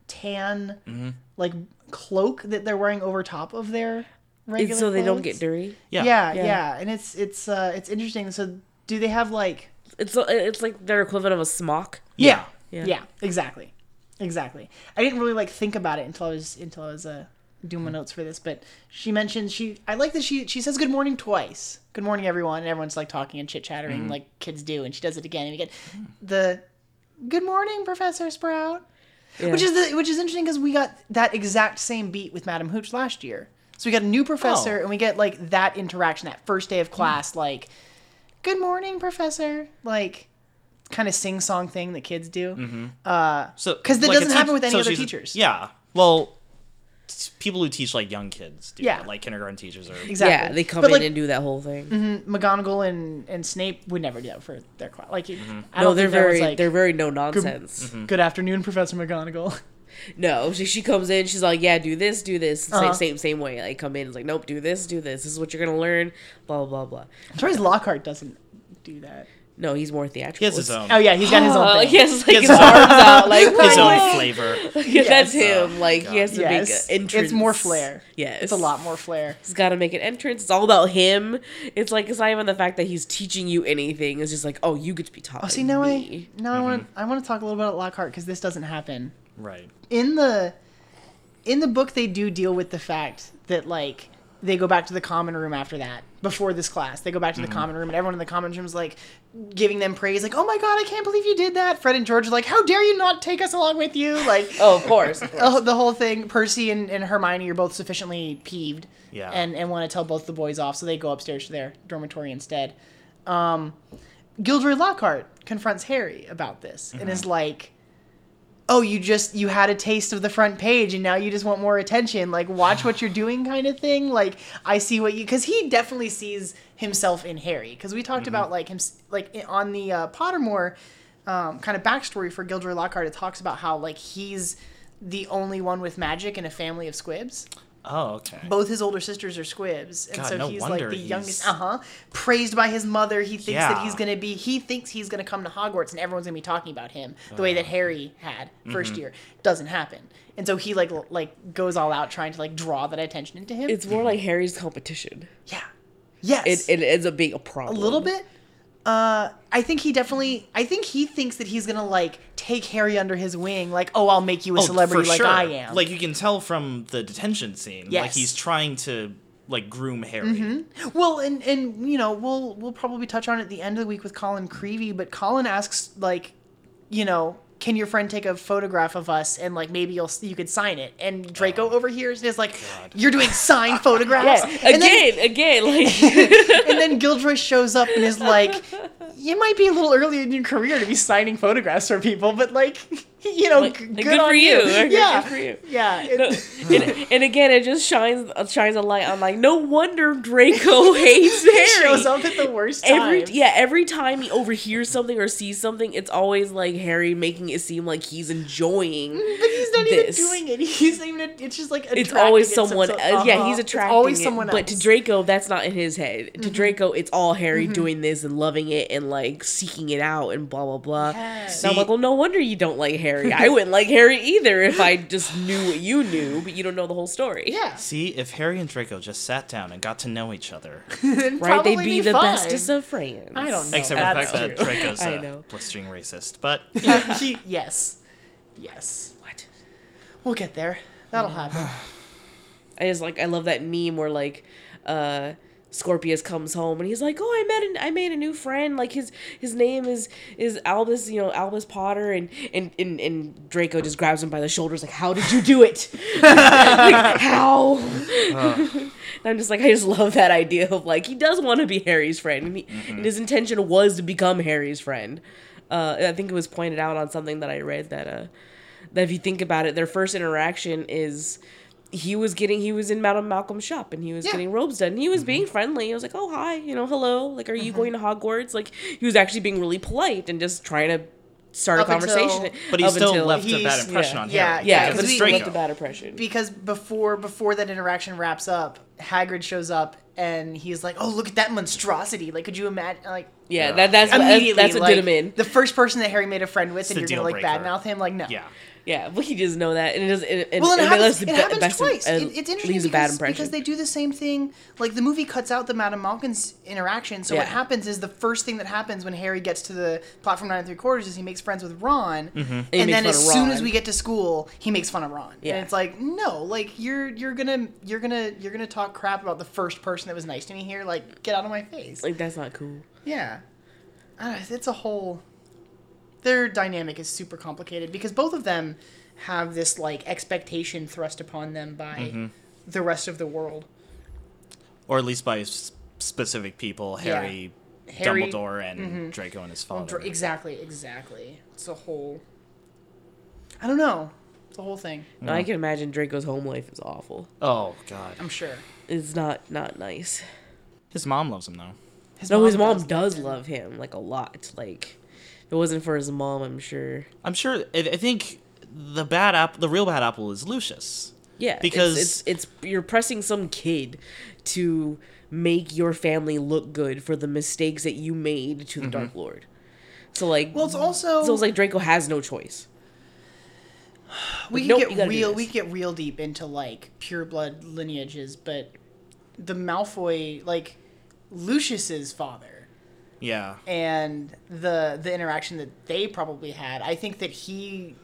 [SPEAKER 2] tan like cloak that they're wearing over top of their regular
[SPEAKER 1] It's so they don't
[SPEAKER 2] clothes.
[SPEAKER 1] get dirty.
[SPEAKER 3] Yeah.
[SPEAKER 2] Yeah, yeah,
[SPEAKER 1] Yeah.
[SPEAKER 2] And it's it's uh it's interesting. So do they have like
[SPEAKER 1] It's it's like their equivalent of a smock.
[SPEAKER 2] yeah. Yeah,
[SPEAKER 1] Yeah.
[SPEAKER 2] exactly. Exactly. I didn't really like think about it until I was until I was uh doing my notes for this, but she mentioned she I like that she she says good morning twice. Good morning everyone, and everyone's like talking and chit chattering like kids do, and she does it again and again. The good morning, Professor Sprout. Which
[SPEAKER 1] Yeah.
[SPEAKER 2] is the which is interesting because we got that exact same beat with Madam Hooch last year. So we got a new professor
[SPEAKER 3] Oh.
[SPEAKER 2] and we get like that interaction that first day of
[SPEAKER 1] Hmm.
[SPEAKER 2] class, like good morning, Professor. Like kind of sing song thing that kids do.
[SPEAKER 1] Mm-hmm.
[SPEAKER 3] So
[SPEAKER 2] 'Cause that
[SPEAKER 3] a
[SPEAKER 2] doesn't happen with any other
[SPEAKER 3] she's a-
[SPEAKER 2] teachers.
[SPEAKER 3] yeah. Well, t- people who teach like young kids do
[SPEAKER 2] Yeah.
[SPEAKER 3] that, like kindergarten teachers are.
[SPEAKER 2] Exactly.
[SPEAKER 1] Yeah, they come
[SPEAKER 2] but
[SPEAKER 1] in
[SPEAKER 2] like, mm-hmm.
[SPEAKER 1] and do that whole thing.
[SPEAKER 2] McGonagall and, and Snape would never do that for their class. Like, I
[SPEAKER 1] Mm-hmm. No,
[SPEAKER 2] don't
[SPEAKER 1] they're
[SPEAKER 2] think that was,
[SPEAKER 1] very
[SPEAKER 2] like, Mm-hmm.
[SPEAKER 1] they're very no nonsense.
[SPEAKER 2] Good afternoon, Professor McGonagall.
[SPEAKER 1] No, she, she comes in, she's like, yeah, do this, do this,
[SPEAKER 2] Uh-huh.
[SPEAKER 1] same same same way. Like come in, it's like, nope, do this, do this. This is what you're gonna learn. Blah blah blah.
[SPEAKER 2] I'm surprised Lockhart doesn't do that.
[SPEAKER 1] No, he's more theatrical.
[SPEAKER 3] He has his own.
[SPEAKER 2] Oh yeah, he's got his own
[SPEAKER 1] Uh,
[SPEAKER 2] thing.
[SPEAKER 1] he has like
[SPEAKER 3] His
[SPEAKER 1] his arms out, like
[SPEAKER 3] His
[SPEAKER 1] "Whoa."
[SPEAKER 3] own flavor.
[SPEAKER 1] Yeah, that's
[SPEAKER 3] Yes. Oh,
[SPEAKER 1] him. Like he has to
[SPEAKER 2] Yes.
[SPEAKER 1] make an entrance.
[SPEAKER 2] It's more flair.
[SPEAKER 1] Yes,
[SPEAKER 2] It's a lot more flair.
[SPEAKER 1] He's got to make an entrance. It's all about him. It's like it's not even the fact that he's teaching you anything. It's just like, oh, you get to be taught.
[SPEAKER 2] Oh, see, now I now I
[SPEAKER 1] Mm-hmm.
[SPEAKER 2] want I want to talk a little bit about Lockhart because this doesn't happen
[SPEAKER 3] Right.
[SPEAKER 2] in the in the book. They do deal with the fact that like they go back to the common room after that before this class. They go back to the common room and everyone in the common room is like giving them praise, like, "Oh my god, I can't believe you did that." Fred and George are like, "How dare you not take us along with you?" Like,
[SPEAKER 1] Oh, of course. of course.
[SPEAKER 2] Oh, the whole thing. Percy and, and Hermione are both sufficiently peeved,
[SPEAKER 3] Yeah.
[SPEAKER 2] and and want to tell both the boys off, so they go upstairs to their dormitory instead. Um, Gilderoy Lockhart confronts Harry about this and is like, "Oh, you just you had a taste of the front page, and now you just want more attention. Like, watch what you're doing, kind of thing. Like, I see what you because he definitely sees himself in Harry because we talked about like him like i- on the uh, Pottermore." um, kind of backstory for Gilderoy Lockhart, it talks about how like he's the only one with magic in a family of squibs.
[SPEAKER 3] Oh, okay.
[SPEAKER 2] Both his older sisters are squibs, and
[SPEAKER 3] God,
[SPEAKER 2] so
[SPEAKER 3] no
[SPEAKER 2] he's like
[SPEAKER 3] wonder
[SPEAKER 2] the
[SPEAKER 3] he's-
[SPEAKER 2] youngest. Uh huh. Praised by his mother, he thinks that
[SPEAKER 3] Yeah.
[SPEAKER 2] he's gonna be. He thinks he's gonna come to Hogwarts, and everyone's gonna be talking about him the way that Harry had 1st
[SPEAKER 3] Mm-hmm.
[SPEAKER 2] year. Doesn't happen, and so he like l- like goes all out trying to like draw that attention into him.
[SPEAKER 1] It's more like Harry's competition.
[SPEAKER 2] yeah. Yes.
[SPEAKER 1] It, it ends up being a problem.
[SPEAKER 2] a little bit. Uh, I think he definitely. I think he thinks that he's gonna like take Harry under his wing. Like, oh, I'll make you a
[SPEAKER 3] Oh,
[SPEAKER 2] celebrity
[SPEAKER 3] for
[SPEAKER 2] like
[SPEAKER 3] sure.
[SPEAKER 2] I am.
[SPEAKER 3] Like you can tell from the detention scene. Like
[SPEAKER 2] Yes.
[SPEAKER 3] he's trying to like groom Harry.
[SPEAKER 2] well, and and you know, we'll we'll probably touch on it at the end of the week with Colin Creevy. But Colin asks like, you know, can your friend take a photograph of us and like maybe you'll you could sign it. And Draco overhears and is like, you're doing signed photographs.
[SPEAKER 1] Again,
[SPEAKER 2] And then
[SPEAKER 1] again, like
[SPEAKER 2] and then Gilderoy shows up and is like, "You might be a little early in your career to be signing photographs for people, but like, you know,
[SPEAKER 1] Like,
[SPEAKER 2] g-
[SPEAKER 1] like,
[SPEAKER 2] good,
[SPEAKER 1] good
[SPEAKER 2] on
[SPEAKER 1] for
[SPEAKER 2] you.
[SPEAKER 1] you. Good
[SPEAKER 2] Yeah,
[SPEAKER 1] for you.
[SPEAKER 2] Yeah, it-
[SPEAKER 1] and, and again, it just shines uh, shines a light on like no wonder Draco hates Harry.
[SPEAKER 2] shows up at the worst time.
[SPEAKER 1] Every yeah, every time he overhears something or sees something, it's always like Harry making it seem like he's enjoying.
[SPEAKER 2] but he's not
[SPEAKER 1] this.
[SPEAKER 2] even doing it. He's not even. It's just like
[SPEAKER 1] It's
[SPEAKER 2] attracting
[SPEAKER 1] always
[SPEAKER 2] it
[SPEAKER 1] someone.
[SPEAKER 2] some-
[SPEAKER 1] else. Yeah,
[SPEAKER 2] uh-huh.
[SPEAKER 1] he's
[SPEAKER 2] It's
[SPEAKER 1] attracting
[SPEAKER 2] always
[SPEAKER 1] it,
[SPEAKER 2] someone else. Mm-hmm.
[SPEAKER 1] But to Draco, that's not in his head. To Draco, it's all Harry doing this and loving it and like seeking it out and blah blah blah.
[SPEAKER 2] Yes.
[SPEAKER 1] And I'm
[SPEAKER 3] See-
[SPEAKER 1] like, well, no wonder you don't like Harry. I wouldn't like Harry either if I just knew what you knew, but you don't know the whole story.
[SPEAKER 2] yeah,
[SPEAKER 3] See, if Harry and Draco just sat down and got to know each other,
[SPEAKER 1] right.
[SPEAKER 2] probably
[SPEAKER 1] They'd be,
[SPEAKER 2] be
[SPEAKER 1] the
[SPEAKER 2] fine.
[SPEAKER 1] bestest of friends.
[SPEAKER 2] I don't know.
[SPEAKER 3] except for the
[SPEAKER 2] That's
[SPEAKER 3] fact that
[SPEAKER 2] true.
[SPEAKER 3] Draco's
[SPEAKER 1] I
[SPEAKER 3] a
[SPEAKER 1] know.
[SPEAKER 3] blistering racist, but
[SPEAKER 2] He- yes, yes,
[SPEAKER 1] What?
[SPEAKER 2] we'll get there. That'll happen.
[SPEAKER 1] I just like I love that meme where like uh Scorpius comes home and he's like, "Oh, I met an I made a new friend. Like his his name is is Albus, you know, Albus Potter." And and and, and Draco just grabs him by the shoulders like, "How did you do it? like, how?" and I'm just like, I just love that idea of like he does want to be Harry's friend, and, he, and his intention was to become Harry's friend. Uh, I think it was pointed out on something that I read that uh that if you think about it, their first interaction is he was getting he was in Madame Malcolm's shop and he was
[SPEAKER 2] Yeah.
[SPEAKER 1] getting robes done. He was being
[SPEAKER 3] Mm-hmm.
[SPEAKER 1] friendly. He was like, "Oh hi, you know, hello. Like, are you going to Hogwarts?" Like, he was actually being really polite and just trying to start
[SPEAKER 2] Up
[SPEAKER 1] a conversation.
[SPEAKER 2] until-
[SPEAKER 3] But he
[SPEAKER 1] up
[SPEAKER 3] still
[SPEAKER 1] until-
[SPEAKER 3] left a bad
[SPEAKER 2] he's-
[SPEAKER 3] impression on
[SPEAKER 2] yeah,
[SPEAKER 3] Harry.
[SPEAKER 1] Yeah,
[SPEAKER 2] because
[SPEAKER 1] because
[SPEAKER 3] it's
[SPEAKER 1] he
[SPEAKER 2] Draco.
[SPEAKER 1] left a bad impression.
[SPEAKER 2] because before before that interaction wraps up, Hagrid shows up and he's like, "Oh, look at that monstrosity! Like, could you imagine? Like,
[SPEAKER 1] yeah, that that's that's,
[SPEAKER 2] immediately,
[SPEAKER 1] that's what
[SPEAKER 2] like,
[SPEAKER 1] did him in.
[SPEAKER 2] The first person that Harry made a friend with,
[SPEAKER 3] the
[SPEAKER 2] and you're gonna like
[SPEAKER 3] deal breaker.
[SPEAKER 2] badmouth him? Like, no.
[SPEAKER 3] yeah.
[SPEAKER 1] Yeah, but he doesn't know that, and it doesn't. And, and,
[SPEAKER 2] Well, and it
[SPEAKER 1] and
[SPEAKER 2] happens,
[SPEAKER 1] leaves the
[SPEAKER 2] it
[SPEAKER 1] be-
[SPEAKER 2] happens
[SPEAKER 1] best im-
[SPEAKER 2] twice.
[SPEAKER 1] uh,
[SPEAKER 2] It- it's interesting
[SPEAKER 1] leaves
[SPEAKER 2] because,
[SPEAKER 1] a bad impression.
[SPEAKER 2] because they do the same thing. Like the movie cuts out the Madame Malkin's interaction, so
[SPEAKER 1] Yeah.
[SPEAKER 2] what happens is the first thing that happens when Harry gets to the platform nine and three quarters is he makes friends with Ron,
[SPEAKER 1] Mm-hmm. he
[SPEAKER 2] and
[SPEAKER 1] makes
[SPEAKER 2] then
[SPEAKER 1] fun
[SPEAKER 2] as
[SPEAKER 1] of
[SPEAKER 2] soon
[SPEAKER 1] Ron.
[SPEAKER 2] as we get to school, he makes fun of Ron.
[SPEAKER 1] Yeah.
[SPEAKER 2] And it's like, no, like you're you're gonna you're gonna you're gonna talk crap about the first person that was nice to me here. Like, get out of my face.
[SPEAKER 1] like that's not cool.
[SPEAKER 2] Yeah. I don't know, it's a whole. Their dynamic is super complicated because both of them have this like expectation thrust upon them by the rest of the world.
[SPEAKER 3] Or at least by s- specific people, Harry,
[SPEAKER 2] Harry- Mm-hmm.
[SPEAKER 3] Dumbledore, and Draco and his
[SPEAKER 2] Well,
[SPEAKER 3] father.
[SPEAKER 2] dr- exactly, exactly. It's a whole. I don't know. It's a whole thing.
[SPEAKER 1] No, I can imagine Draco's home life is awful.
[SPEAKER 3] oh God,
[SPEAKER 2] I'm sure.
[SPEAKER 1] It's not not nice.
[SPEAKER 3] his mom loves him though.
[SPEAKER 1] no, his mom does love him like a lot. Like, if it wasn't for his mom, I'm sure.
[SPEAKER 3] I'm sure. I, I think the bad apple, the real bad apple, is Lucius.
[SPEAKER 1] Yeah, it's-
[SPEAKER 3] Because-
[SPEAKER 1] it's, it's you're pressing some kid to make your family look good for the mistakes that you made to the Dark Lord. So like,
[SPEAKER 2] Mm-hmm. Well, it's also
[SPEAKER 1] so it's like Draco has no choice.
[SPEAKER 2] we
[SPEAKER 1] like,
[SPEAKER 2] could
[SPEAKER 1] nope, you
[SPEAKER 2] get
[SPEAKER 1] gotta do
[SPEAKER 2] real.
[SPEAKER 1] this.
[SPEAKER 2] We could get real deep into like pure blood lineages, but the Malfoy, like Lucius's father,
[SPEAKER 3] Yeah.
[SPEAKER 2] and the the interaction that they probably had i think that he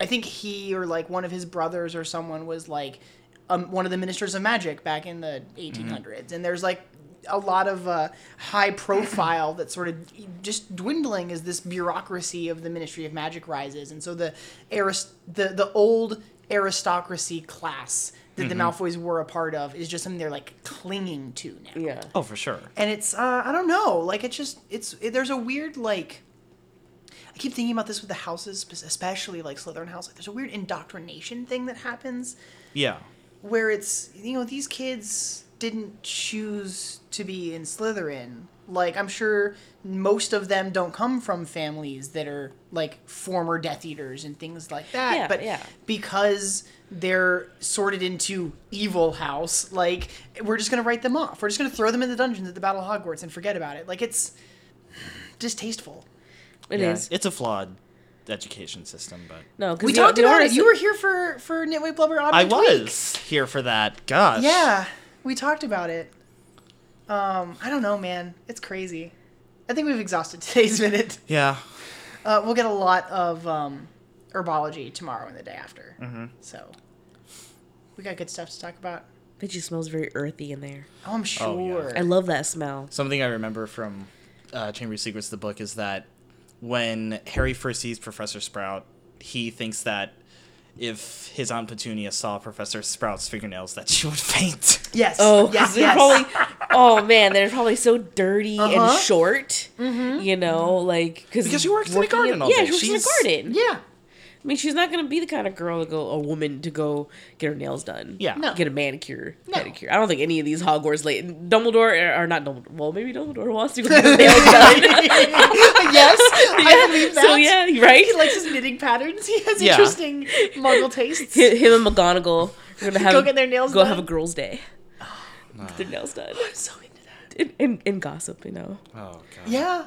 [SPEAKER 2] i think he or like one of his brothers or someone was like um, one of the ministers of magic back in the 1800s and there's like a lot of uh, high profile that sort of just dwindling as this bureaucracy of the ministry of magic rises and so the arist- the the old aristocracy class that the Malfoys were a part of is just something they're like clinging to now
[SPEAKER 1] Yeah,
[SPEAKER 3] Oh, for sure.
[SPEAKER 2] and it's uh, I don't know, like it's just it's it, there's a weird like I keep thinking about this with the houses, spe- especially like Slytherin house. Like there's a weird indoctrination thing that happens
[SPEAKER 3] Yeah.
[SPEAKER 2] where it's you know these kids didn't choose to be in Slytherin. Like I'm sure most of them don't come from families that are like former Death Eaters and things like that.
[SPEAKER 1] Yeah,
[SPEAKER 2] but
[SPEAKER 1] yeah.
[SPEAKER 2] because they're sorted into evil house, like we're just gonna write them off. We're just gonna throw them in the dungeons at the Battle of Hogwarts and forget about it. Like it's distasteful.
[SPEAKER 1] it is
[SPEAKER 3] yeah. It's a flawed education system, but
[SPEAKER 1] No, because
[SPEAKER 2] We talked about it. You were here for for Nitwit Blubber. Odd
[SPEAKER 3] I
[SPEAKER 2] Mint Tweak.
[SPEAKER 3] was here for that. Gosh.
[SPEAKER 2] Yeah, we talked about it. Um, I don't know, man. It's crazy. I think we've exhausted today's minute.
[SPEAKER 3] Yeah.
[SPEAKER 2] Uh, we'll get a lot of um, herbology tomorrow and the day after. Mm-hmm. So we got good stuff to talk about.
[SPEAKER 1] It just smells very earthy in there.
[SPEAKER 2] Oh, I'm sure.
[SPEAKER 1] I love that smell.
[SPEAKER 3] Something I remember from uh, Chamber of Secrets, the book, is that when Harry first sees Professor Sprout, he thinks that if his Aunt Petunia saw Professor Sprout's fingernails, that she would faint.
[SPEAKER 2] Yes.
[SPEAKER 1] Oh,
[SPEAKER 2] yes.
[SPEAKER 1] they're
[SPEAKER 2] yes.
[SPEAKER 1] probably. Oh man, they're probably so dirty
[SPEAKER 2] Uh-huh. Mm-hmm.
[SPEAKER 1] and short. You know, like
[SPEAKER 3] Because she works in the
[SPEAKER 1] working
[SPEAKER 3] garden all
[SPEAKER 1] yeah,
[SPEAKER 3] day.
[SPEAKER 1] she works
[SPEAKER 3] She's-
[SPEAKER 1] in the garden.
[SPEAKER 2] yeah.
[SPEAKER 1] I mean, she's not gonna be the kind of girl to go a woman to go get her nails done.
[SPEAKER 3] Yeah.
[SPEAKER 2] No.
[SPEAKER 1] Get a manicure, pedicure. I don't think any of these Hogwarts late Dumbledore or, or not Dumbledore. Well, maybe Dumbledore wants to go get his nails done.
[SPEAKER 2] yes. I believe that.
[SPEAKER 1] so yeah, right.
[SPEAKER 2] He likes his knitting patterns. He has
[SPEAKER 3] Yeah.
[SPEAKER 2] interesting Muggle tastes.
[SPEAKER 1] Hi- him and McGonagall are gonna have
[SPEAKER 2] Go get their nails
[SPEAKER 1] Go
[SPEAKER 2] done.
[SPEAKER 1] have a girls' day.
[SPEAKER 3] Oh,
[SPEAKER 1] Get their nails done
[SPEAKER 2] I'm so into that.
[SPEAKER 1] and, and, and gossip. You know.
[SPEAKER 3] Oh, God.
[SPEAKER 2] Yeah,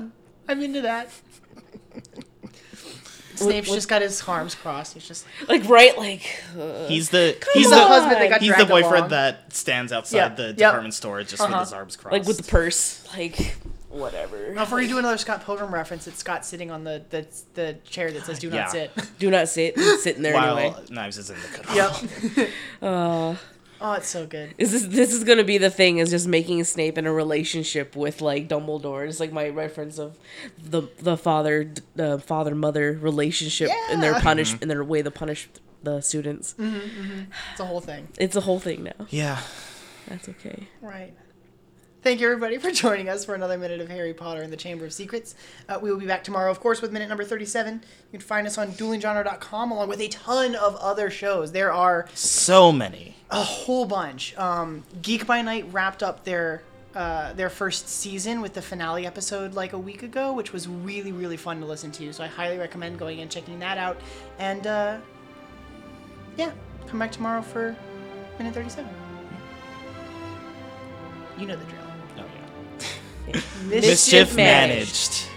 [SPEAKER 2] I'm into that. Snape's
[SPEAKER 1] what-
[SPEAKER 2] just got his arms crossed. He's just like. "Oh,
[SPEAKER 1] like right like uh,
[SPEAKER 3] He's the he's
[SPEAKER 1] on.
[SPEAKER 3] the
[SPEAKER 1] husband that
[SPEAKER 3] he's the boyfriend
[SPEAKER 2] that
[SPEAKER 3] that stands outside
[SPEAKER 2] Yeah,
[SPEAKER 3] the
[SPEAKER 2] yep.
[SPEAKER 3] department store just
[SPEAKER 2] Uh-huh.
[SPEAKER 3] with his arms crossed.
[SPEAKER 1] like with the purse like whatever.
[SPEAKER 2] Now, if we're gonna do another Scott Pilgrim reference, it's Scott sitting on the the, the chair that says "Do not
[SPEAKER 3] Yeah.
[SPEAKER 2] sit."
[SPEAKER 1] Do not sit It's sitting there
[SPEAKER 3] While
[SPEAKER 1] anyway.
[SPEAKER 3] Knives is in the cuddle.
[SPEAKER 2] yep. oh, it's so good.
[SPEAKER 1] Is this this is gonna be the thing? Is just making Snape in a relationship with like Dumbledore. It's like my reference of the the father uh, father mother relationship and their
[SPEAKER 2] Yeah. Mm.
[SPEAKER 1] punish
[SPEAKER 3] Mm-hmm.
[SPEAKER 1] and their way to punish the students.
[SPEAKER 2] It's a whole thing.
[SPEAKER 1] It's a whole thing now.
[SPEAKER 3] Yeah.
[SPEAKER 1] That's okay.
[SPEAKER 2] Right. Thank you, everybody, for joining us for another minute of Harry Potter and the Chamber of Secrets. Uh, we will be back tomorrow, of course, with minute number 37. You can find us on duelinggenre.com along with a ton of other shows. There are
[SPEAKER 3] So many.
[SPEAKER 2] a whole bunch. Um, Geek by Night wrapped up their uh, their first season with the finale episode like a week ago, which was really really fun to listen to. So I highly recommend going and checking that out. And uh, yeah, come back tomorrow for minute thirty seven. You know the drill.
[SPEAKER 3] Oh, yeah.
[SPEAKER 1] Mischief
[SPEAKER 3] Mischief
[SPEAKER 1] managed.
[SPEAKER 3] managed.